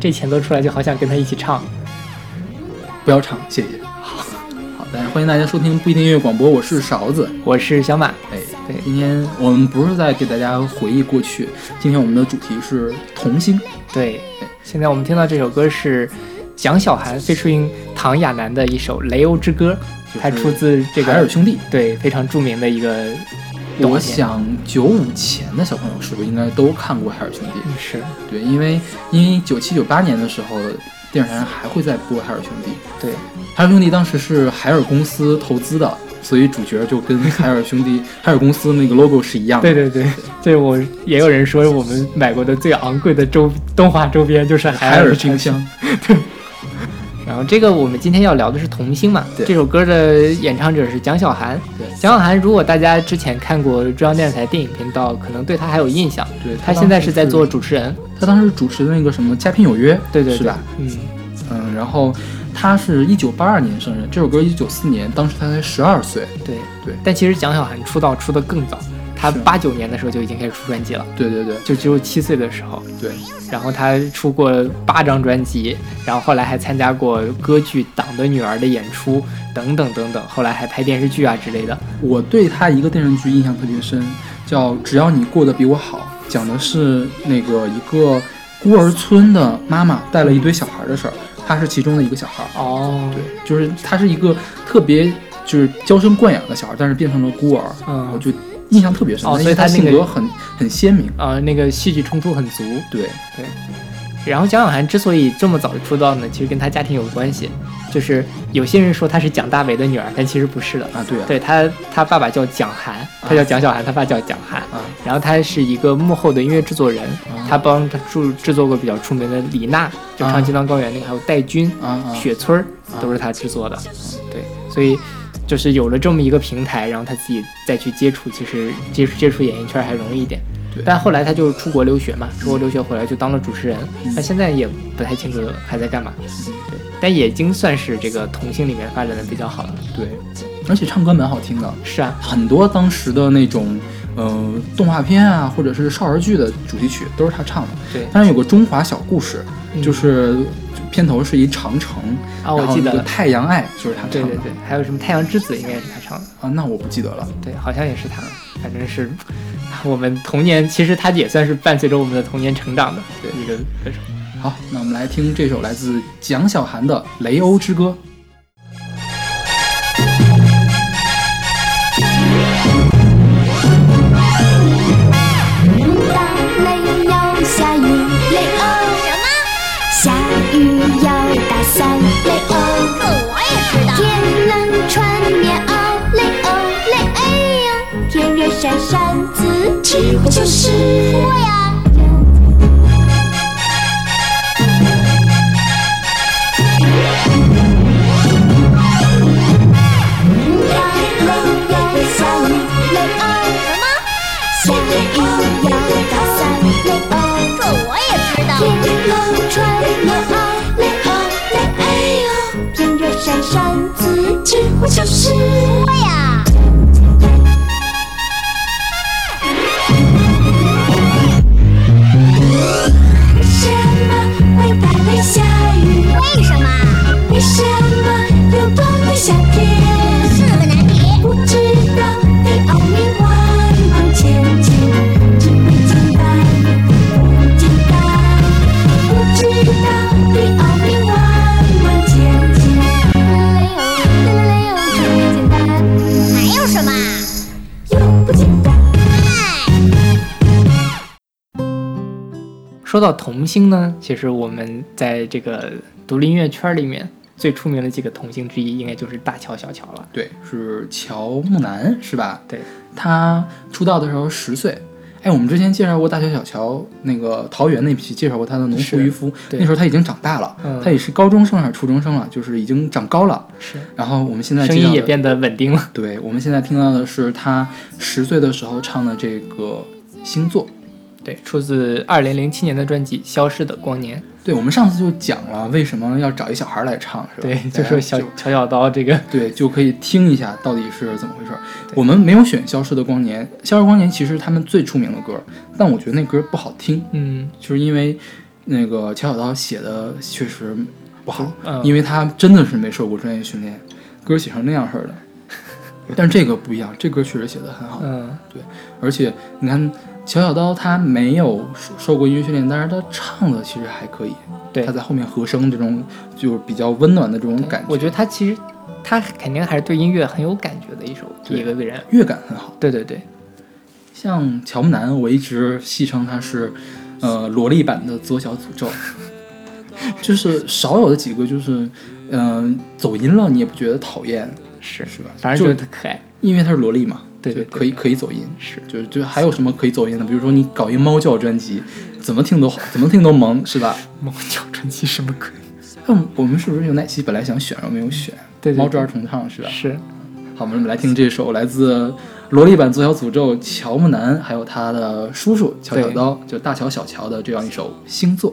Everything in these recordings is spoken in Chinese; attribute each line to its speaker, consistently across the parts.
Speaker 1: 这前奏出来就好想跟他一起唱。
Speaker 2: 不要唱，谢谢。好，好的，欢迎大家收听不一定音乐广播，我是勺子。
Speaker 1: 我是小马，
Speaker 2: 哎，
Speaker 1: 对
Speaker 2: 今天我们不是在给大家回忆过去，今天我们的主题是童星。
Speaker 1: 对，现在我们听到这首歌是蒋小涵 featuring 唐亚楠的一首《雷欧之歌》，它出自这
Speaker 2: 海尔
Speaker 1: 个
Speaker 2: 兄弟。
Speaker 1: 对非常著名的一个动画片。
Speaker 2: 我想九五前的小朋友是不是应该都看过海尔兄弟？
Speaker 1: 嗯是
Speaker 2: 对，因为因为九七九八年的时候，电视台上还会在播海尔兄弟。
Speaker 1: 对，
Speaker 2: 海尔兄弟当时是海尔公司投资的，所以主角就跟海尔兄弟、海尔公司那个 logo 是一样的。
Speaker 1: 对对对，对我也有人说我们买过的最昂贵的周动画周边就是海
Speaker 2: 海
Speaker 1: 尔
Speaker 2: 尔
Speaker 1: 的这
Speaker 2: 冰
Speaker 1: 个
Speaker 2: 箱。
Speaker 1: 然后这个我们今天要聊的是童星嘛，
Speaker 2: 对
Speaker 1: 这首歌的演唱者是蒋小涵。
Speaker 2: 对
Speaker 1: 蒋小涵，如果大家之前看过中央电视台电影频道，可能对她还有印象。
Speaker 2: 对，
Speaker 1: 她现在是在做主持人，
Speaker 2: 他当时主持的那个什么《佳品有约》，
Speaker 1: 对对
Speaker 2: 是
Speaker 1: 对
Speaker 2: 吧？，
Speaker 1: 嗯，
Speaker 2: 嗯，然后他是一九八二年生人，这首歌一九四年，当时他才十二岁。
Speaker 1: 对
Speaker 2: 对
Speaker 1: 但其实蒋小涵出道出的更早，她
Speaker 2: 是
Speaker 1: 八九年的时候就已经开始出专辑了，
Speaker 2: 对对对
Speaker 1: 就只有七岁的时候。
Speaker 2: 对，
Speaker 1: 然后她出过八张专辑，然后后来还参加过歌剧《党的女儿》的演出等等等等，后来还拍电视剧啊之类的。
Speaker 2: 我对他一个电视剧印象特别深，叫《只要你过得比我好》，讲的是那个一个孤儿村的妈妈带了一堆小孩的事儿，他是其中的一个小孩儿。
Speaker 1: 哦，
Speaker 2: 对，就是他是一个特别就是娇生惯养的小孩，但是变成了孤儿，
Speaker 1: 嗯
Speaker 2: 我就印象特别深。
Speaker 1: 哦
Speaker 2: 因为
Speaker 1: 所以
Speaker 2: 他
Speaker 1: 他那
Speaker 2: 性
Speaker 1: 个
Speaker 2: 格很很鲜明。
Speaker 1: 呃，那个戏剧冲突很足。
Speaker 2: 对，
Speaker 1: 然后蒋小涵之所以这么早就出道呢，其实跟她家庭有关系，就是有些人说她是蒋大为的女儿，但其实不是的。
Speaker 2: 啊，对啊，
Speaker 1: 对她，她爸爸叫蒋涵，她叫蒋小涵，她爸叫蒋涵。
Speaker 2: 啊，
Speaker 1: 然后她是一个幕后的音乐制作人，她帮她制制作过比较出名的李娜，就唱
Speaker 2: 啊
Speaker 1: 《金刚高原》那个，还有戴军、
Speaker 2: 啊啊，
Speaker 1: 雪村儿都是她制作的。对，所以就是有了这么一个平台，然后她自己再去接触，其实接触接触演艺圈还容易一点。
Speaker 2: 对
Speaker 1: 但后来她就出国留学嘛，出国留学回来就当了主持人，
Speaker 2: 嗯
Speaker 1: 那现在也不太清楚还在干嘛。对，但也已经算是这个童星里面发展的比较好了。
Speaker 2: 对，而且唱歌蛮好听的，
Speaker 1: 是啊，
Speaker 2: 很多当时的那种。呃，动画片啊，或者是少儿剧的主题曲都是他唱的。
Speaker 1: 对
Speaker 2: 当然有个《中华小故事》
Speaker 1: 嗯
Speaker 2: 就是就片头是一长城，
Speaker 1: 啊，
Speaker 2: 然
Speaker 1: 我
Speaker 2: 后
Speaker 1: 记得
Speaker 2: 那个《
Speaker 1: 了。
Speaker 2: 太阳爱》就是他唱的。
Speaker 1: 对对对，还有什么《太阳之子》应该也是她唱的，
Speaker 2: 啊，那我不记得了。
Speaker 1: 对，好像也是她，反正是我们童年，其实她也算是伴随着我们的童年成长的
Speaker 2: 对
Speaker 1: 一个呃歌手。
Speaker 2: 好，那我们来听这首来自蒋小涵的《雷欧之歌》。
Speaker 3: 大雷要下雨，雷欧什么？下雨要打伞，雷欧。可我也知道。天冷穿棉袄，雷欧雷哎呀。天热扇扇子，岂不就是我呀？大雷要下雨，雷欧什么？下雨要打伞，雷欧。可我也知道。天冷穿啊棉袄，雷欧雷哎呦，天热扇扇子，这不就是我呀？为什么会打雷下雨？为什么？为什么有多的夏天？是个难题。不知道得奥秘往往前进，只会简单，不简单。不知道得奥秘往往前进，嘞哦嘞哦，只会简单。还有什么？永不简单。
Speaker 1: 说到童星呢，其实我们在这个独立音乐圈里面最出名的几个童星之一，应该就是大乔、小乔了。
Speaker 2: 对，是乔木楠是吧？
Speaker 1: 对，
Speaker 2: 他出道的时候十岁。哎，我们之前介绍过大乔、小乔，那个桃园那期介绍过他的《农夫
Speaker 1: 是
Speaker 2: 渔夫》，
Speaker 1: 对
Speaker 2: 那时候他已经长大了，
Speaker 1: 嗯
Speaker 2: 他也是高中生还是初中生了，就是已经长高了。
Speaker 1: 是，
Speaker 2: 然后我们现在
Speaker 1: 声
Speaker 2: 知
Speaker 1: 音
Speaker 2: 道
Speaker 1: 也
Speaker 2: 的
Speaker 1: 变得稳定了。
Speaker 2: 对，我们现在听到的是他十岁的时候唱的这个星座。
Speaker 1: 对，出自二零零七年的专辑《消失的光年》。
Speaker 2: 对，我们上次就讲了为什么要找一小孩来唱，是吧？
Speaker 1: 对，
Speaker 2: 大
Speaker 1: 就
Speaker 2: 家
Speaker 1: 说小乔小刀这个，
Speaker 2: 对，就可以听一下到底是怎么回事儿。
Speaker 1: 对
Speaker 2: 我们没有选《消失的光年》，《消失的光年》其实他们最出名的歌，但我觉得那歌不好听，
Speaker 1: 嗯，
Speaker 2: 就是因为那个乔小刀写的确实不好，
Speaker 1: 嗯
Speaker 2: 因为他真的是没受过专业训练，歌写成那样式 儿的。但这个不一样，这歌确实写的很好，
Speaker 1: 嗯
Speaker 2: 而且你看乔小刀他没有受受过音乐训练，但是他唱的其实还可以，
Speaker 1: 对
Speaker 2: 他在后面和声这种就是比较温暖的这种感觉，
Speaker 1: 我觉得他其实他肯定还是对音乐很有感觉的一首
Speaker 2: 对
Speaker 1: 一个人。
Speaker 2: 乐感很好。
Speaker 1: 对对对，
Speaker 2: 像乔木楠，我一直戏称他是，呃，萝莉版的左小诅 咒，就是少有的几个就是，嗯、走音了你也不觉得讨厌，
Speaker 1: 是，
Speaker 2: 是吧？
Speaker 1: 反正
Speaker 2: 就
Speaker 1: 觉得他可爱。
Speaker 2: 因为他是萝莉嘛，
Speaker 1: 对对
Speaker 2: 就
Speaker 1: 对
Speaker 2: 可以可以走音，
Speaker 1: 是
Speaker 2: 就就还有什么可以走音的？比如说你搞一猫叫专辑，怎么听都好，怎么听都萌，是 吧？
Speaker 1: 猫叫传奇什么鬼？
Speaker 2: 那我们是不是有哪期本来想选，然后没有选？
Speaker 1: 对对对
Speaker 2: 猫之儿童唱是吧？
Speaker 1: 是，
Speaker 2: 好，我们来听这首来自萝莉版《左小诅咒》乔木楠，还有他的叔叔乔小刀，就大乔小乔的这样一首《星座》。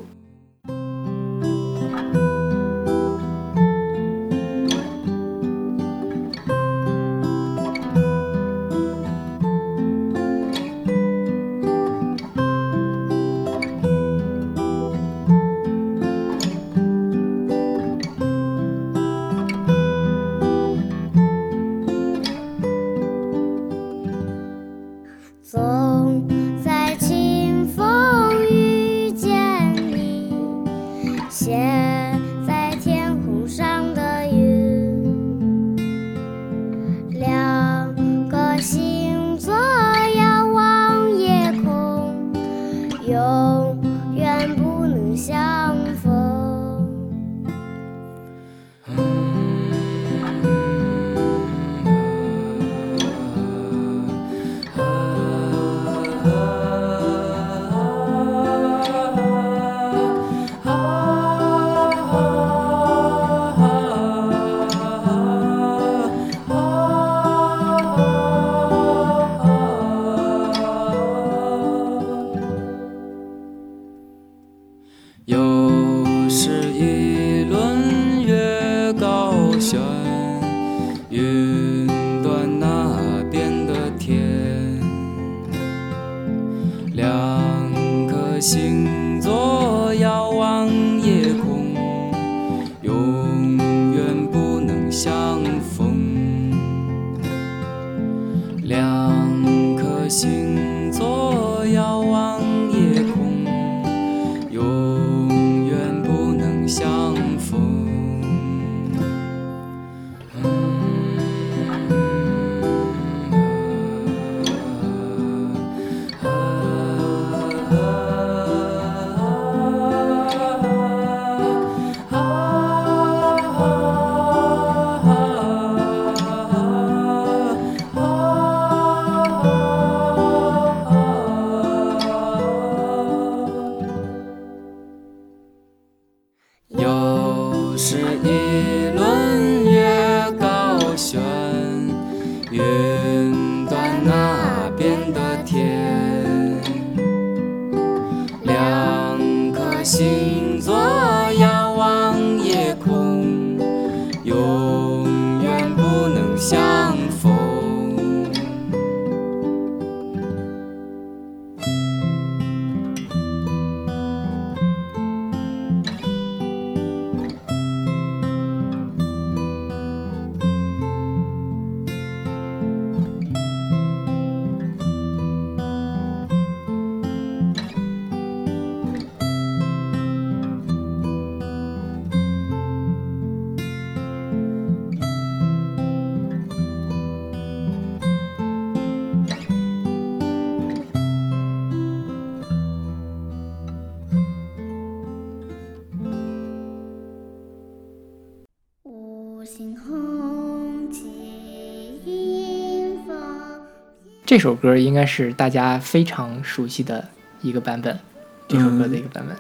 Speaker 3: 总在清风遇见你，写在天空上的云。两个星座遥望夜空，永远不能相逢。
Speaker 4: 又是一轮月高悬，云端那边的天，两颗星座遥望夜空，永远不能相逢。两颗星座遥望夜空，永远不能相逢。又是一轮月高悬，云端那边的天，两颗星座遥望夜空，永远不能相逢。
Speaker 3: 五星红旗迎风。
Speaker 1: 这首歌应该是大家非常熟悉的一个版本，这首歌的一个版本。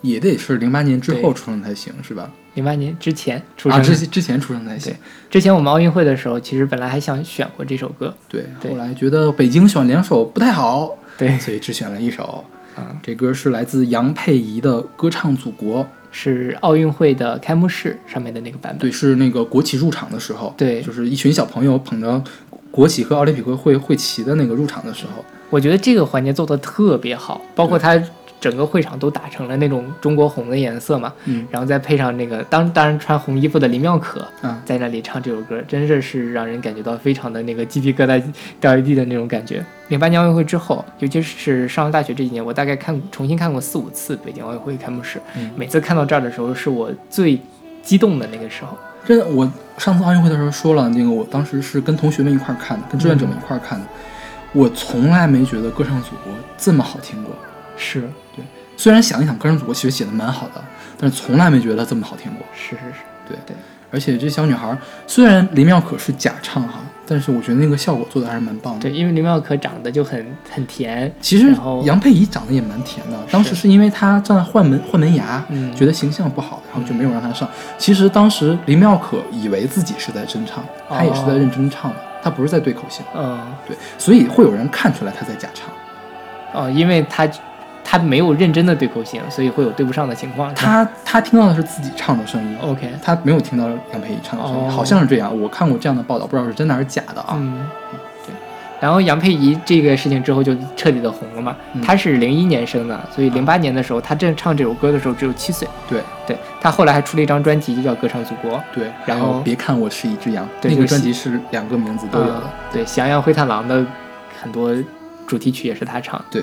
Speaker 2: 也得是零八年之后
Speaker 1: 对
Speaker 2: 出生才行，是吧？
Speaker 1: 零八年之前出生
Speaker 2: 啊，
Speaker 1: 的，
Speaker 2: 之前之前出生才行。
Speaker 1: 之前我们奥运会的时候，其实本来还想选过这首歌，
Speaker 2: 对，
Speaker 1: 对
Speaker 2: 后来觉得北京选两首不太好，
Speaker 1: 对，
Speaker 2: 所以只选了一首。
Speaker 1: 啊
Speaker 2: 这歌是来自杨佩仪的《歌唱祖国》，
Speaker 1: 是奥运会的开幕式上面的那个版本
Speaker 2: 对，。是那个国旗入场的时候，
Speaker 1: 对
Speaker 2: 就是一群小朋友捧着国旗和奥林匹克会会旗的那个入场的时候，
Speaker 1: 我觉得这个环节做的特别好，包括他整个会场都打成了那种中国红的颜色嘛，
Speaker 2: 嗯
Speaker 1: 然后再配上那个当当然穿红衣服的林妙可
Speaker 2: 啊
Speaker 1: 在那里唱这首歌，真是是让人感觉到非常的那个鸡皮疙瘩掉一地的那种感觉。零八年奥运会之后，尤其是上了大学这几年，我大概看重新看过四五次北京奥运会开幕式，
Speaker 2: 嗯
Speaker 1: 每次看到这儿的时候是我最激动的那个时候。
Speaker 2: 真的，我上次奥运会的时候说了，那个我当时是跟同学们一块儿看的，跟志愿者们一块儿看的。我从来没觉得《歌唱祖国》这么好听过，
Speaker 1: 是
Speaker 2: 虽然想一想，《歌唱祖国》其实写的蛮好的，但是从来没觉得这么好听过。
Speaker 1: 是是是，
Speaker 2: 而且这小女孩儿虽然林妙可是假唱哈，但是我觉得那个效果做的还是蛮棒的
Speaker 1: 对，。因为林妙可长得就很很甜，
Speaker 2: 其实
Speaker 1: 然后
Speaker 2: 杨佩仪长得也蛮甜的，当时是因为她站在换门换门牙，
Speaker 1: 嗯
Speaker 2: 觉得形象不好，然后就没有让她上。其实当时林妙可以为自己是在真唱，
Speaker 1: 哦
Speaker 2: 她也是在认真唱的，她不是在对口型，
Speaker 1: 嗯。
Speaker 2: 对，所以会有人看出来她在假唱。
Speaker 1: 哦，因为他他没有认真的对口型，所以会有对不上的情况。是吧
Speaker 2: 她她听到的是自己唱的声音，
Speaker 1: OK，
Speaker 2: 她没有听到杨佩仪唱的声音，
Speaker 1: 哦
Speaker 2: 好像是这样。我看过这样的报道，不知道是真的还是假的啊。
Speaker 1: 嗯，对。然后杨佩仪这个事情之后就彻底的红了嘛，
Speaker 2: 嗯啊
Speaker 1: 她是零一年生的，所以零八年的时候，她正唱这首歌的时候只有七岁。
Speaker 2: 对
Speaker 1: 对，她后来还出了一张专辑，就叫《歌唱祖国》，
Speaker 2: 对，
Speaker 1: 然
Speaker 2: 还有
Speaker 1: 后
Speaker 2: 别看我是一只羊，
Speaker 1: 对
Speaker 2: 那
Speaker 1: 就
Speaker 2: 个
Speaker 1: 是
Speaker 2: 专辑是两个名字都有
Speaker 1: 嗯
Speaker 2: 的。
Speaker 1: 对，《翔阳灰太狼》的很多主题曲也是她唱的。
Speaker 2: 对，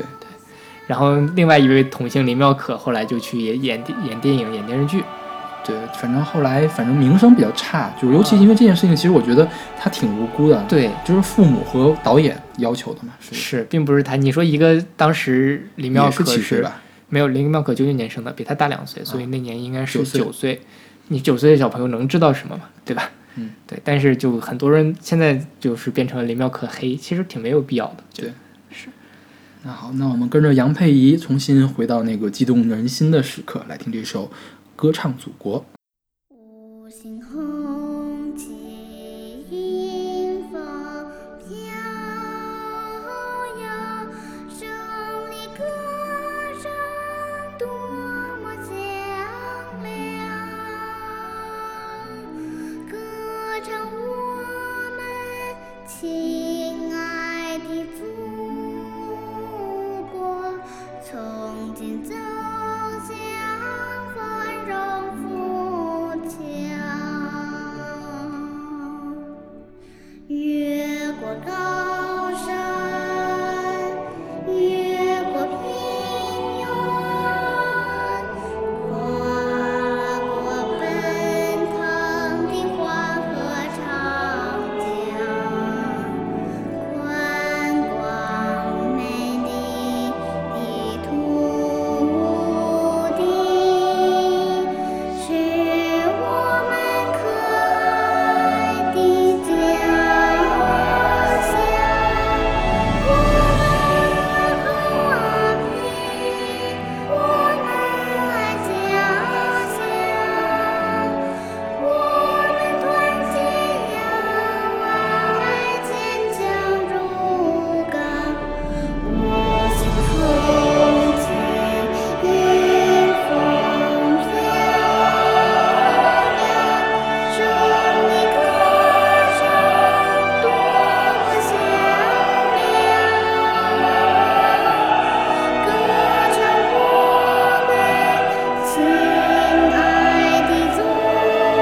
Speaker 1: 然后另外一位童星林妙可后来就去演演演电影、演电视剧。
Speaker 2: 对，反正后来反正名声比较差，就是尤其因为这件事情，其实我觉得他挺无辜的。，
Speaker 1: 对，
Speaker 2: 就是父母和导演要求的嘛，是
Speaker 1: 是，并不是她。你说一个当时林妙
Speaker 2: 也
Speaker 1: 可
Speaker 2: 是七岁
Speaker 1: 是
Speaker 2: 吧？
Speaker 1: 没有，林妙可九九年生的，比他大两岁，所以那年应该是
Speaker 2: 啊九岁
Speaker 1: 九岁。你九岁的小朋友能知道什么嘛？对吧？
Speaker 2: 嗯，
Speaker 1: 对。但是就很多人现在就是变成了林妙可黑，其实挺没有必要的。
Speaker 2: 对，是。那好，那我们跟着杨佩仪重新回到那个激动人心的时刻，来听这首《歌唱祖国》。
Speaker 3: 五星红旗迎风飘摇，胜利歌声多么啊响亮，歌唱我们亲爱的祖国，从今走向繁荣富强。越过高山，越过平原，跨过奔腾的黄河长江，宽广美丽的土地，是我们可爱的家乡。我们要和平，我们要家乡，我们团结友爱，坚强如钢。五星红旗迎风飘扬，胜利歌声多么响亮。歌唱我们亲爱的祖国，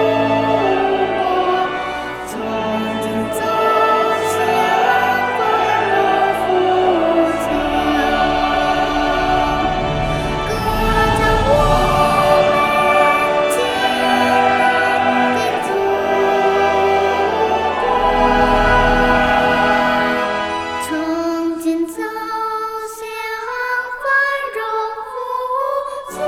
Speaker 3: 从今走向繁荣富强。歌唱我们亲爱的祖国。从今走向繁荣富强。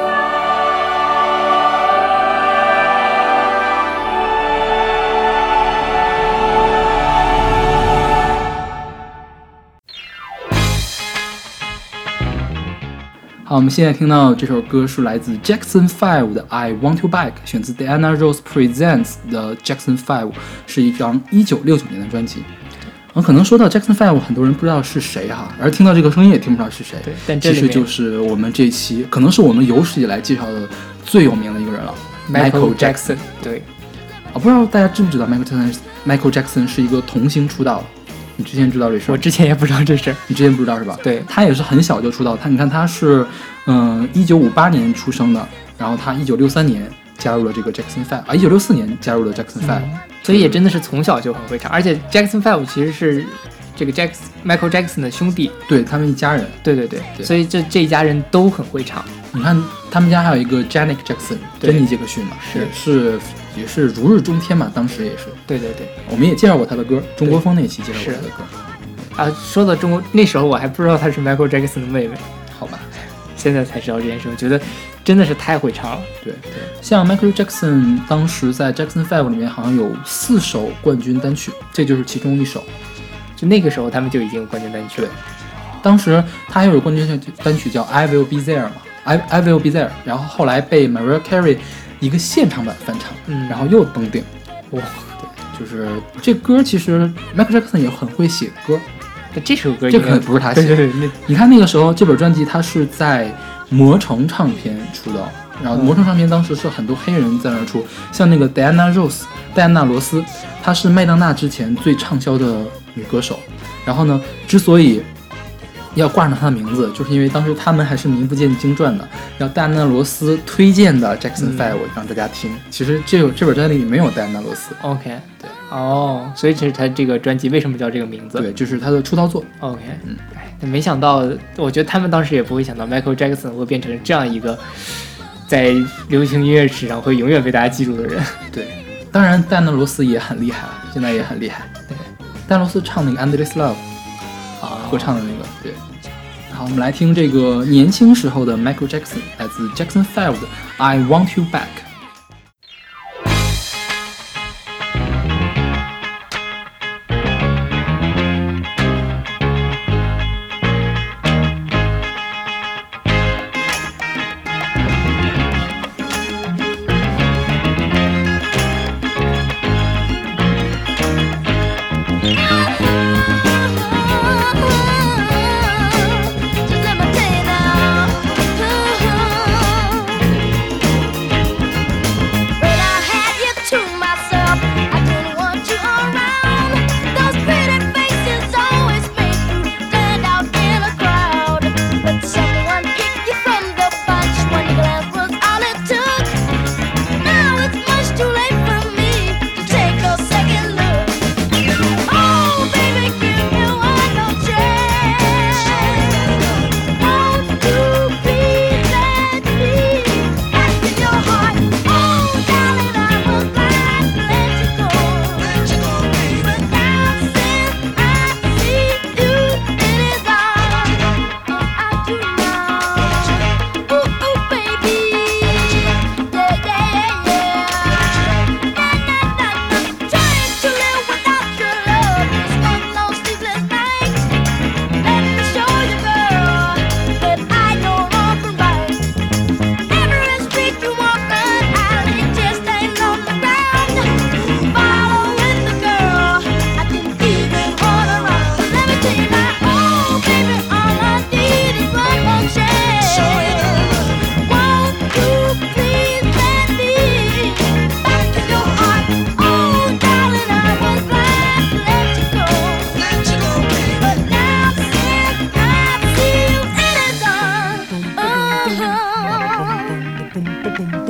Speaker 2: 好，我们现在听到这首歌是来自 Jackson Five 的《I Want You Back》，选自 Diana Ross Presents 的 Jackson Five，是一张1969年的专辑。嗯，可能说到 Jackson Five，很多人不知道是谁哈，而听到这个声音也听不知道是谁。
Speaker 1: 对但这
Speaker 2: 其
Speaker 1: 里
Speaker 2: 实
Speaker 1: 面
Speaker 2: 就是我们这期，可能是我们有史以来介绍的最有名的一个人了 Jackson。哦
Speaker 1: 对，
Speaker 2: 啊，不知道大家知不知道 Michael Jackson Michael Jackson 是一个童星出道的，你之前知道这事儿
Speaker 1: 我
Speaker 2: 吗？
Speaker 1: 之前也不知道这事儿。
Speaker 2: 你之前不知道是吧？
Speaker 1: 对
Speaker 2: 他也是很小就出道。他你看他是，嗯、1一九五八年出生的，然后他一九六三年加入了这个 Jackson Five 啊，一九六四年加入了 Jackson Five，、
Speaker 1: 所以也真的是从小就很会唱，而且 Jackson Five 其实是这个 Jack Michael Jackson 的兄弟，
Speaker 2: 对他们一家人。
Speaker 1: 对对对，
Speaker 2: 对
Speaker 1: 所以这这一家人都很会唱，
Speaker 2: 你看他们家还有一个 Janet Jackson，
Speaker 1: 对
Speaker 2: 珍妮杰克逊嘛，
Speaker 1: 是
Speaker 2: 也是也是如日中天嘛，当时也是，
Speaker 1: 对对对。
Speaker 2: 我们也介绍过他的歌，中国风那一期介绍过
Speaker 1: 是
Speaker 2: 他的歌，
Speaker 1: 啊，说到中国那时候我还不知道她是 Michael Jackson 的妹妹，
Speaker 2: 好吧？
Speaker 1: 现在才知道这件事，我觉得真的是太会唱了。
Speaker 2: 对对，像 Michael Jackson 当时在 Jackson Five 里面好像有四首冠军单曲，这就是其中一首。
Speaker 1: 就那个时候他们就已经有冠军单曲了，
Speaker 2: 当时他还有冠军单曲叫《I Will Be There》嘛，《I I Will Be There》，然后后来被 Mariah Carey 一个现场版翻唱，
Speaker 1: 嗯
Speaker 2: 然后又登顶。
Speaker 1: 哇，
Speaker 2: 对，就是这歌其实 Michael Jackson 也很会写歌，
Speaker 1: 那这首歌
Speaker 2: 这
Speaker 1: 应该
Speaker 2: 可能不是他写
Speaker 1: 对
Speaker 2: 的。
Speaker 1: 对对，那
Speaker 2: 你看那个时候这本专辑他是在魔城唱片出道，然后魔城唱片当时是很多黑人在那儿出，像那个戴安娜 Rose 戴安娜罗斯，她是麦当娜之前最畅销的女歌手。然后呢，之所以要挂上她的名字，就是因为当时他们还是名不见经传的。然后戴安娜罗斯推荐的 Jackson Five 让大家听，其实这首这本专辑里没有戴安娜罗斯，
Speaker 1: OK
Speaker 2: 对
Speaker 1: 哦，所以这是他这个专辑为什么叫这个名字？
Speaker 2: 对，就是她的出道作。
Speaker 1: OK，哎，
Speaker 2: 嗯
Speaker 1: 没想到，我觉得他们当时也不会想到 Michael Jackson 会变成这样一个在流行音乐史上会永远被大家记住的人。
Speaker 2: 对，当然戴安娜罗斯也很厉害，啊现在也很厉害。对，戴安娜罗斯唱那个《Endless Love》
Speaker 1: 啊
Speaker 2: 合唱的那个，对。好，我们来听这个年轻时候的 Michael Jackson，来自 Jackson Five 的《I Want You Back》。
Speaker 3: 就这么醉了。But I had you to myself. I didn't want you around. Those pretty faces always make you stand out in a crowd. But someone picked you from the bunch. One glance was all it took. Now it's much too late for me to take a second look. Oh, baby, give you another chance. Want to be that deep in your heart? Oh, darling, I was blind to let you go. But now since I see you in his arms, I do now. Ooh, ooh, baby, yeah, yeah, yeah. Trying to live without your love is one long sleepless night. Let me show you, girl, that I know wrong from right. Every street you walk, an alley just ain't on the ground. Following the girl, I didn't even want around. So let me tell you now, oh baby, all I need is one more chance. Won't you please let me back in your heart? Oh, darling, I was glad to let you go. But now since I see you, it is on. Oh.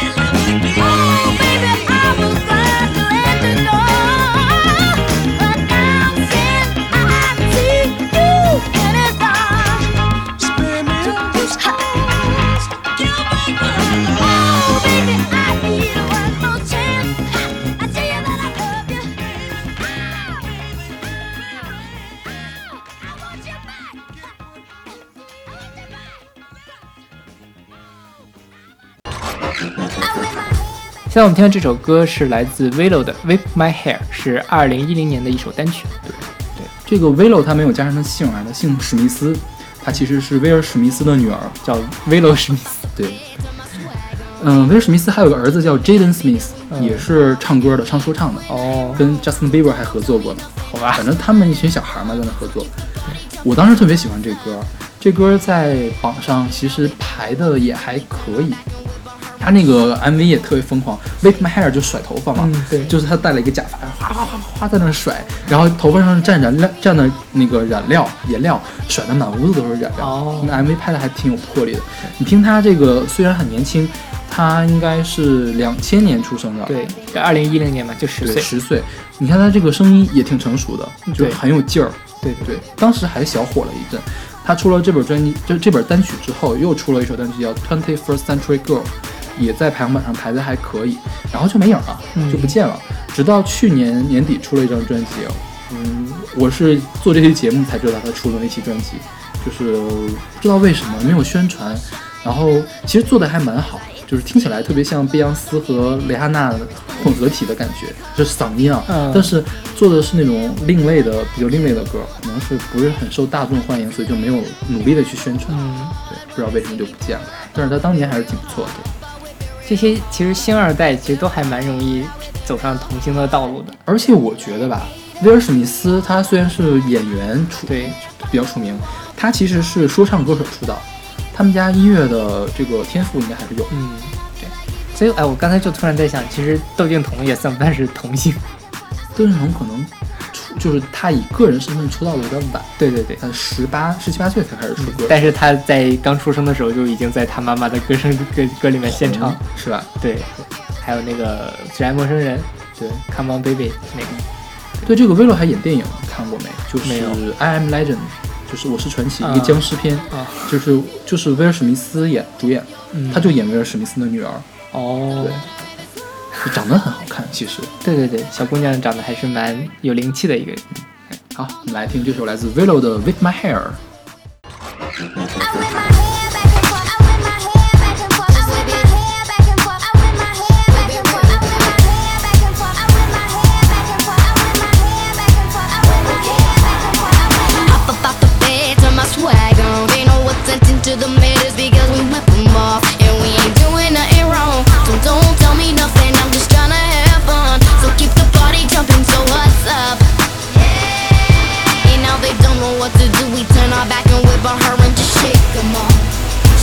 Speaker 3: Oh, baby, I was glad to let you know. But now since I see you in his arms, Oh, baby, I need one more chance. I tell you that I love you. I want you back. I want you back. I want my.
Speaker 1: 现在我们听的这首歌是来自 Willow 的《Whip My Hair》，是二零一零年的一首单曲。对，
Speaker 2: 这个 Willow 她没有加上她姓啊，她姓史密斯，她其实是威尔史密斯的女儿。
Speaker 1: 叫威洛史密斯，
Speaker 2: 对，嗯，威尔史密斯还有个儿子叫 Jaden Smith，、也是唱歌的，唱说唱的，
Speaker 1: 嗯哦，
Speaker 2: 跟 Justin Bieber 还合作过呢。
Speaker 1: 好吧
Speaker 2: 反，正他们一群小孩嘛，在那合作。我当时特别喜欢这歌，这歌在榜上其实排的也还可以。他那个 MV 也特别疯狂，Wake My Hair 就甩头发嘛，
Speaker 1: 嗯对
Speaker 2: 就是他戴了一个假发，哗哗哗哗在那甩，然后头发上蘸燃料，蘸的那个染料颜料，甩的满屋子都是染料。
Speaker 1: 哦
Speaker 2: 那 MV 拍的还挺有魄力的。你听他这个虽然很年轻，他应该是两千年出生的，
Speaker 1: 对，二零一零年嘛，就十
Speaker 2: 对，
Speaker 1: 岁，
Speaker 2: 十岁。你看他这个声音也挺成熟的，就
Speaker 1: 对
Speaker 2: 很有劲儿。
Speaker 1: 对
Speaker 2: 对，当时还小火了一阵。他出了这本专辑，这这本单曲之后，又出了一首单曲叫《Twenty First Century Girl》，也在排行榜上排的还可以，然后就没影儿了，就不见了。直到去年年底出了一张专辑，嗯，我是做这期节目才知道他出了那期专辑，就是不知道为什么没有宣传，然后其实做的还蛮好，就是听起来特别像碧昂斯和蕾哈娜混合体的感觉，就是嗓音啊，
Speaker 1: 嗯
Speaker 2: 但是做的是那种另类的、比较另类的歌，可能是不是很受大众欢迎，所以就没有努力的去宣传，
Speaker 1: 嗯，
Speaker 2: 对，不知道为什么就不见了。但是他当年还是挺不错的，
Speaker 1: 这些其实星二代其实都还蛮容易走上童星的道路的，
Speaker 2: 而且我觉得吧，威尔史密斯他虽然是演员出
Speaker 1: 对，
Speaker 2: 比较出名，他其实是说唱歌手出道，他们家音乐的这个天赋应该还是有。
Speaker 1: 嗯，对，所以哎，我刚才就突然在想，其实窦靖童也算不算是童星？
Speaker 2: 邓丽彤可能出就是他以个人身份出道的有点晚，
Speaker 1: 对对对，嗯
Speaker 2: 他十八十七八岁才开始出歌，
Speaker 1: 但是他在刚出生的时候就已经在他妈妈的歌声歌歌里面献唱，
Speaker 2: 嗯是吧？
Speaker 1: 对，还有那个《只爱陌生人》
Speaker 2: 对
Speaker 1: Come on Baby 那个，
Speaker 2: 对，这个威洛还演电影，看过没？就是
Speaker 1: 没有
Speaker 2: 《I Am Legend》，就是我是传奇，
Speaker 1: 啊
Speaker 2: 一个僵尸片，
Speaker 1: 啊
Speaker 2: 就是就是威尔史密斯演主演，
Speaker 1: 嗯
Speaker 2: 他就演威尔史密斯的女儿，
Speaker 1: 哦
Speaker 2: 对，就长得很好看，其实。
Speaker 1: 对对对，小姑娘长得还是蛮有灵气的一个人。
Speaker 2: 好，我们来听这首来自 Willow 的《With My Hair》。
Speaker 5: Off about the bed, turn my swag on. They know what's sent to the matters because we whip 'em off. And we ain't doing nothing wrong. So don't tell me nothing, I'm just tryna have fun. So keep the party jumping, so what's up? And now they don't know what to do. We turn our back and whip on her and just shake 'em off.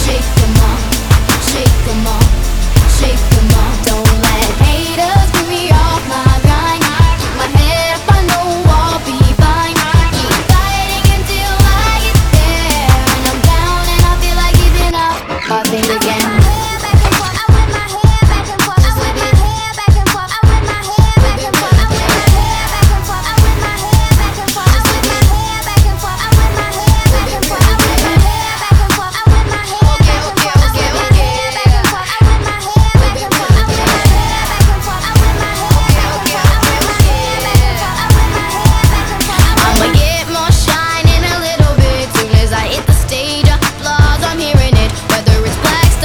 Speaker 5: Shake 'em off. Shake 'em off. Shake 'em off. Don't let haters get me off my grind. Keep my head up, I know I'll be fine. Keep fighting until I get there. And I'm down and I feel like giving up. I think again. I'ma get more shine in a little bit soon as I hit the stage applause. I'm hearing it, whether it's black mm,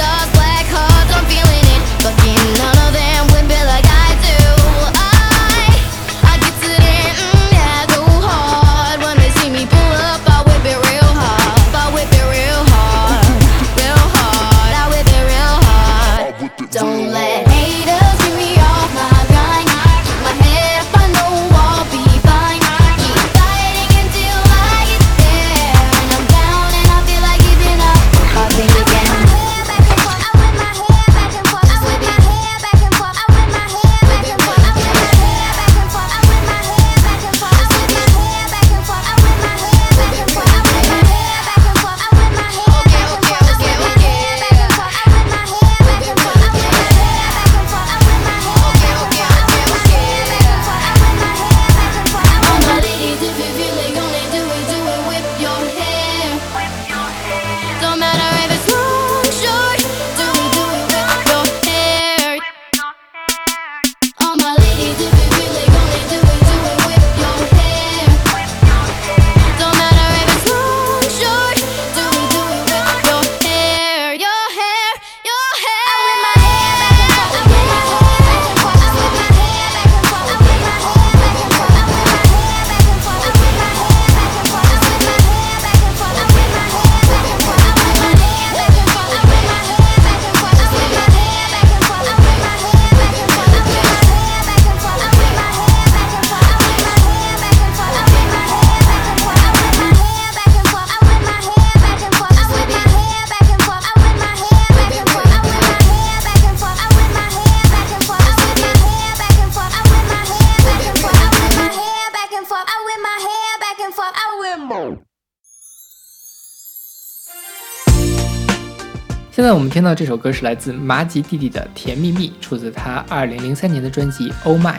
Speaker 1: 现在我们听到这首歌是来自麻吉弟弟的《甜蜜蜜》，出自他2003年的专辑《Oh My》。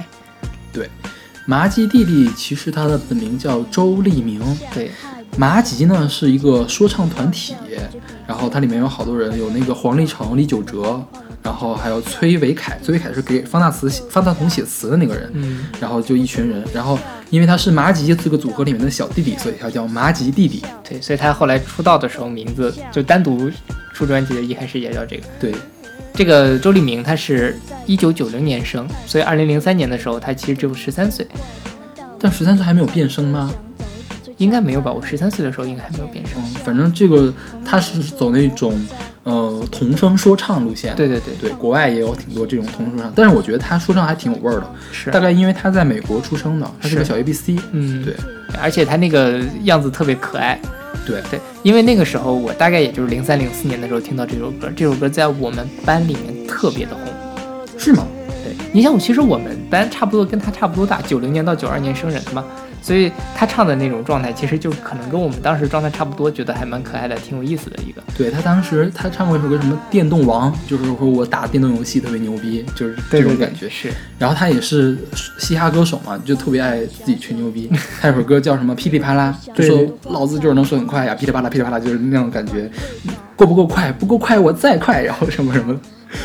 Speaker 2: 对，麻吉弟弟其实他的本名叫周立明，
Speaker 1: 对，
Speaker 2: 麻吉呢是一个说唱团体，然后它里面有好多人，有那个黄立成、李玖哲，然后还有崔伟凯，崔伟凯是给方大词写方大同写词的那个人，
Speaker 1: 嗯，
Speaker 2: 然后就一群人，然后因为他是麻吉这个组合里面的小弟弟，所以他叫麻吉弟弟。
Speaker 1: 对，所以他后来出道的时候名字就单独出专辑的，一开始也叫这个。
Speaker 2: 对，
Speaker 1: 这个周立明他是一九九零年生，所以2003年的时候他其实只有十三岁，
Speaker 2: 但十三岁还没有变声吗？
Speaker 1: 应该没有吧？我十三岁的时候应该还没有变声。
Speaker 2: 嗯，反正这个他是走那种呃童声说唱路线。
Speaker 1: 对对对，
Speaker 2: 对，国外也有挺多这种童声说唱，但是我觉得他说唱还挺有味儿的。
Speaker 1: 是
Speaker 2: 大概因为他在美国出生的，他是个
Speaker 1: 是
Speaker 2: 小 ABC。
Speaker 1: 嗯
Speaker 2: 对
Speaker 1: 而且他那个样子特别可爱。
Speaker 2: 对，
Speaker 1: 对，因为那个时候我大概也就是零三零四年的时候听到这首歌，这首歌在我们班里面特别的红。
Speaker 2: 是吗？
Speaker 1: 对，你像我，其实我们班差不多跟他差不多大，九零年到九二年生人的嘛，所以他唱的那种状态，其实就可能跟我们当时状态差不多，觉得还蛮可爱的，挺有意思的一个。
Speaker 2: 对他当时他唱过一首歌，什么《电动王》，就是说我打电动游戏特别牛逼，就是这种感觉。
Speaker 1: 是，
Speaker 2: 然后他也是嘻哈歌手嘛，就特别爱自己吹牛逼。他有首歌叫什么《噼里啪啦》， 就
Speaker 1: 对
Speaker 2: 说老子就是能说很快呀，噼里啪啦噼里啪啦，就是那种感觉。够不够快？不够快，我再快，然后什么什么的。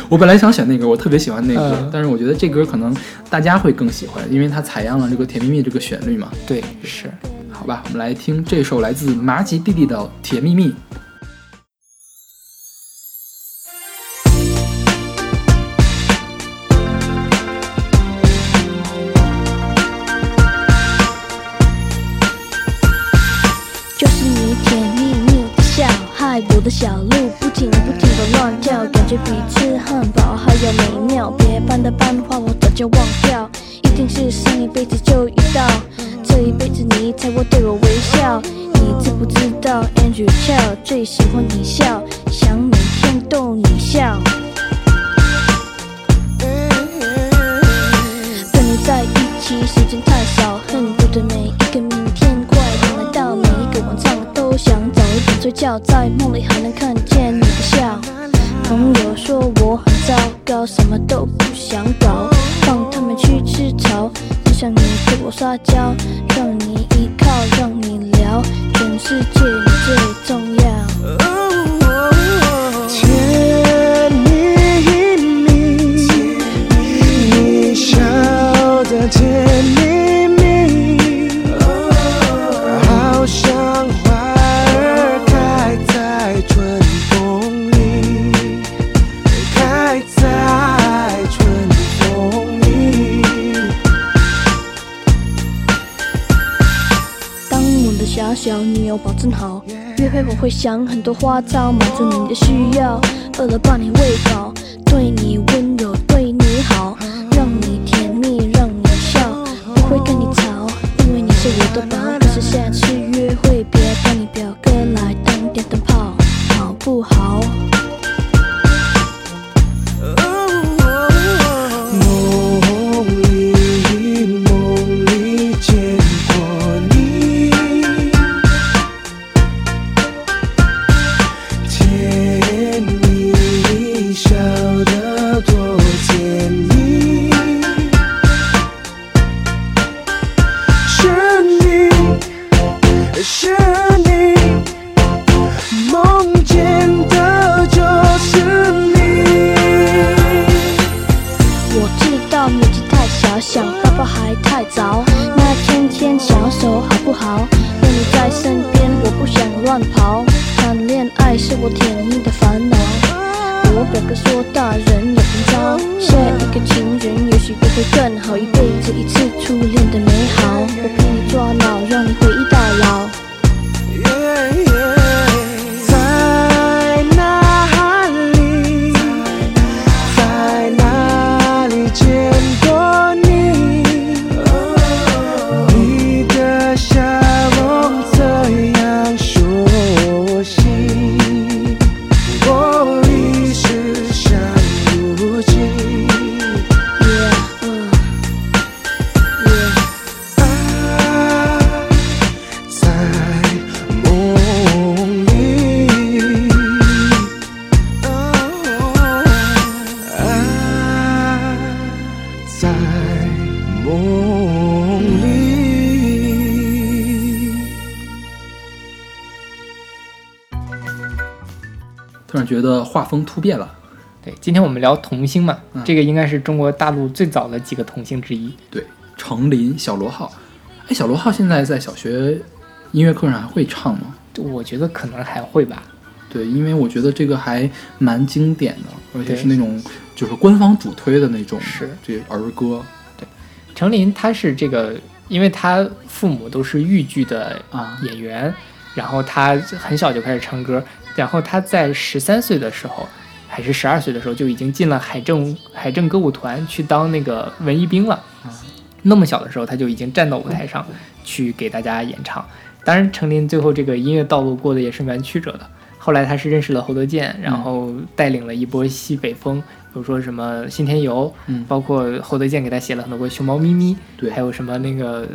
Speaker 2: 我本来想选那歌，我特别喜欢那歌，
Speaker 1: 嗯
Speaker 2: 但是我觉得这歌可能大家会更喜欢，因为它采样了这个《甜蜜蜜》这个旋律嘛。
Speaker 1: 对，是。
Speaker 2: 好吧，我们来听这首来自麻吉弟弟的《甜蜜蜜》。
Speaker 6: 就是你甜蜜蜜的笑，害我的小鹿不停不停的乱跳，感觉比吃汉堡还要美妙。别班的班花我早就忘掉，一定是上一辈子就遇到，这一辈子你才会对我微笑。你知不知道 Andrew Chow 最喜欢你笑，想每天逗你笑。跟你在一起时间太少，恨不得每一个明天快点来到，每一个晚上都想早一点睡觉，在梦里还能看见你的笑。朋友说我很糟糕，什么都不想搞，放他们去吃草，只想你对我撒娇，让你依靠，让你聊，全世界你最重要。
Speaker 4: 甜蜜蜜，你笑得甜蜜蜜，好像花儿开在春风里，开在春风里。
Speaker 6: 当我的小小女友保证好，约会我会想很多花招，满足你的需要，饿了把你喂饱，对你温柔，对你好，让你甜蜜，让你笑，不会跟你吵，因为你是我的宝。可是下次约会别把你表哥来当电灯泡，好不好？
Speaker 4: 梦里，梦里见过你，甜蜜笑得多甜蜜，是你，是你。梦见的就是你。
Speaker 6: 我知道年纪太小，想抱抱还太早。那牵牵小手好不好？有你在身边，我不想乱跑。谈恋爱是我甜蜜的烦恼。我表哥说大人有今招，下一个情人也许就会更好，一辈子一次初恋的美好。我陪你抓老，让你回忆到老。
Speaker 4: 在哪里，在哪里见过你？你的笑容这样熟悉，我一时想不起。
Speaker 6: Yeah，yeah，
Speaker 4: 啊，在
Speaker 2: 觉得画风突变了。
Speaker 1: 对，今天我们聊童星嘛，
Speaker 2: 嗯
Speaker 1: 这个应该是中国大陆最早的几个童星之一。
Speaker 2: 对，程琳、小罗浩，哎，小罗浩现在在小学音乐课上还会唱吗？
Speaker 1: 我觉得可能还会吧。
Speaker 2: 对，因为我觉得这个还蛮经典的，而且
Speaker 1: 对
Speaker 2: 是那种就是官方主推的那种，
Speaker 1: 是
Speaker 2: 这儿歌
Speaker 1: 程琳她是这个，因为她父母都是豫剧的
Speaker 2: 啊，
Speaker 1: 演员，然后她很小就开始唱歌，然后她在十三岁的时候，还是十二岁的时候就已经进了海政海政歌舞团去当那个文艺兵了。那么小的时候，她就已经站到舞台上去给大家演唱。当然，程琳最后这个音乐道路过得也是蛮曲折的。后来她是认识了侯德健，然后带领了一波西北风，比如说什么《信天游》，
Speaker 2: 嗯
Speaker 1: 包括侯德健给她写了很多歌，《熊猫咪咪》，
Speaker 2: 对
Speaker 1: 还有什么那个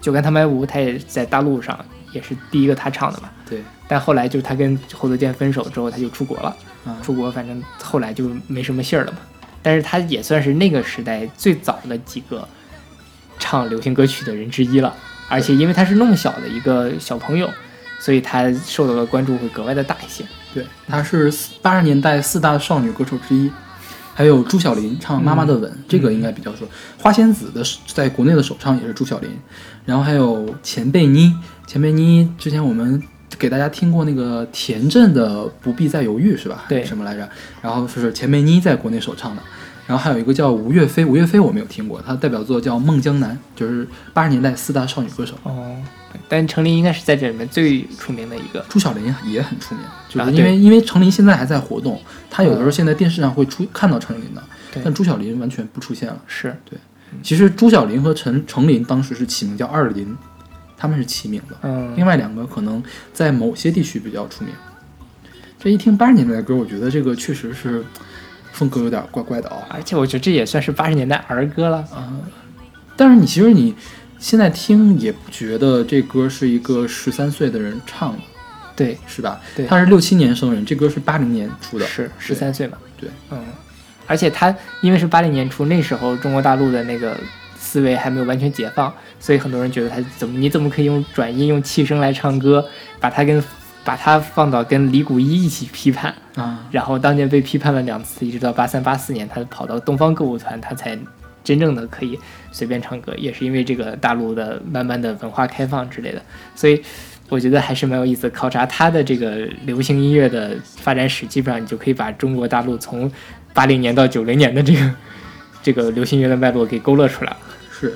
Speaker 1: 酒干倘卖无，他也在大陆上也是第一个他唱的嘛。
Speaker 2: 对，
Speaker 1: 但后来就是他跟侯德健分手之后，他就出国了。
Speaker 2: 啊
Speaker 1: 出国反正后来就没什么信儿了嘛。但是他也算是那个时代最早的几个唱流行歌曲的人之一了。而且因为他是那么小的一个小朋友，所以他受到的关注会格外的大一些。
Speaker 2: 对，她是八十年代四大少女歌手之一，还有朱晓琳唱《妈妈的吻》，这个应该比较熟。花仙子的是在国内的首唱也是朱晓琳，然后还有钱贝妮，钱贝妮之前我们给大家听过那个田震的《不必再犹豫》是吧？
Speaker 1: 对
Speaker 2: 什么来着？然后就是钱贝妮在国内首唱的。然后还有一个叫吴岳飞，吴岳飞我没有听过，他的代表作叫《梦江南》，就是八十年代四大少女歌手。
Speaker 1: 哦，但程琳应该是在这里面最出名的一个。
Speaker 2: 朱晓琳也很出名，就
Speaker 1: 啊
Speaker 2: 是因为、
Speaker 1: 对嗯
Speaker 2: 因为程琳现在还在活动，她有的时候现在电视上会出看到程琳的，
Speaker 1: 对嗯
Speaker 2: 但朱晓琳完全不出现了。
Speaker 1: 是
Speaker 2: 其实朱晓琳和陈程琳当时是起名叫二琳，他们是齐名的。
Speaker 1: 嗯，
Speaker 2: 另外两个可能在某些地区比较出名。这一听八十年代的歌，我觉得这个确实是风格有点怪怪的啊、
Speaker 1: 而且我觉得这也算是八十年代儿歌了。
Speaker 2: 但是你其实你现在听也不觉得这歌是一个十三岁的人唱的，
Speaker 1: 对，
Speaker 2: 是吧？
Speaker 1: 对
Speaker 2: 他是六七年生人，这歌是八零年出的，
Speaker 1: 是十
Speaker 2: 对
Speaker 1: 三岁嘛？
Speaker 2: 对，
Speaker 1: 嗯，而且他因为是八零年初，那时候中国大陆的那个思维还没有完全解放，所以很多人觉得他怎么你怎么可以用转音用气声来唱歌，把他跟把他放到跟李谷一一起批判，
Speaker 2: 啊。
Speaker 1: 然后当年被批判了两次，一直到八三八四年，他跑到东方歌舞团，他才真正的可以随便唱歌，也是因为这个大陆的慢慢的文化开放之类的，所以我觉得还是蛮有意思。考察他的这个流行音乐的发展史，基本上你就可以把中国大陆从八零年到九零年的这个 这个流行音乐的脉络给勾勒出来了。
Speaker 2: 是，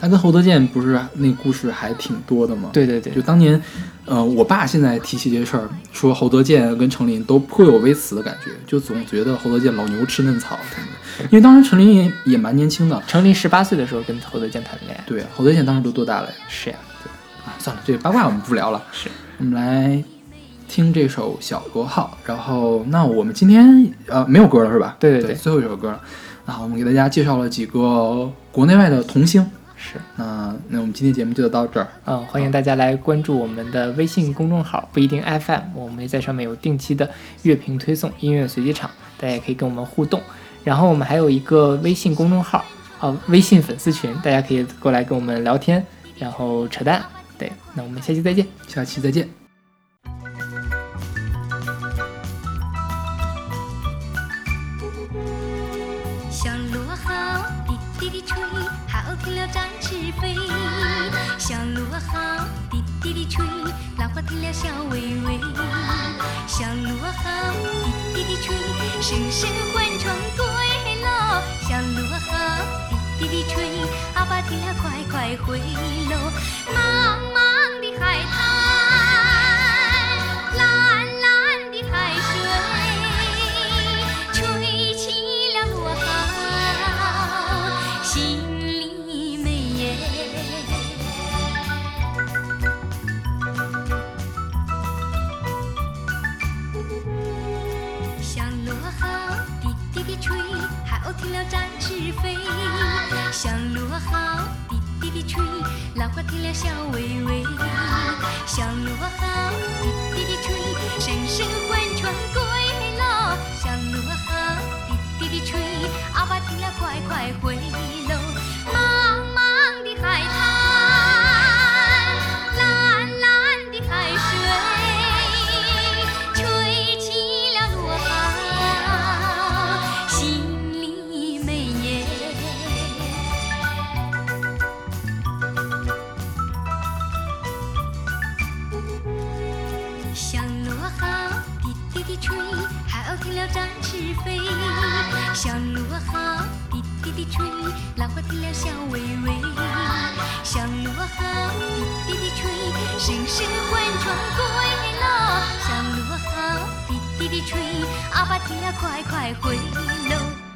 Speaker 2: 他跟侯德健不是那故事还挺多的吗？，
Speaker 1: 对对对
Speaker 2: 就，当年，呃，我爸现在提起这事儿，说侯德健跟程琳都颇有微词的感觉，就总觉得侯德健老牛吃嫩草什么的。因为当时程琳也也蛮年轻的，
Speaker 1: 程琳十八岁的时候跟侯德健谈的恋爱，
Speaker 2: 对，侯德健当时都多大了呀？
Speaker 1: 是呀，
Speaker 2: 啊，算了，这八卦我们不聊了，
Speaker 1: 是
Speaker 2: 我们来听这首《小螺号》，然后那我们今天呃没有歌了是吧？
Speaker 1: 对对对
Speaker 2: 最后一首歌了。然后我们给大家介绍了几个国内外的童星，
Speaker 1: 是。
Speaker 2: 那那我们今天节目就到这儿。
Speaker 1: 嗯，欢迎大家来关注我们的微信公众号“不一定 FM”，我们在上面有定期的乐评推送、音乐随机场，大家也可以跟我们互动。然后我们还有一个微信公众号，啊、微信粉丝群，大家可以过来跟我们聊天，然后扯淡。对，那我们下期再见。
Speaker 2: 下期再见。
Speaker 3: 小螺号滴滴地吹，好听了展翅飞。小螺号滴滴地吹，老婆听了笑微微。小螺号滴滴地吹，声声唤船归喽。小螺号滴滴地吹，阿爸听了快快回喽。茫茫的海滩，蓝蓝的海水，吹起了落号，心里美耶。小螺号滴滴地吹，好听了展翅飞。小螺号滴滴地吹，老婆听了笑微微。小螺号滴滴地吹，声声唤船归喽。小螺号滴滴地吹，阿爸听了快快回喽。茫茫的海滩，蓝蓝的海水，吹起了落。飞，小鹿啊哈，滴滴滴吹，浪花停了笑微微。小鹿啊哈，滴滴滴吹，声声唤传归来。小鹿啊哈，滴滴滴吹，阿爸提呀快快回喽。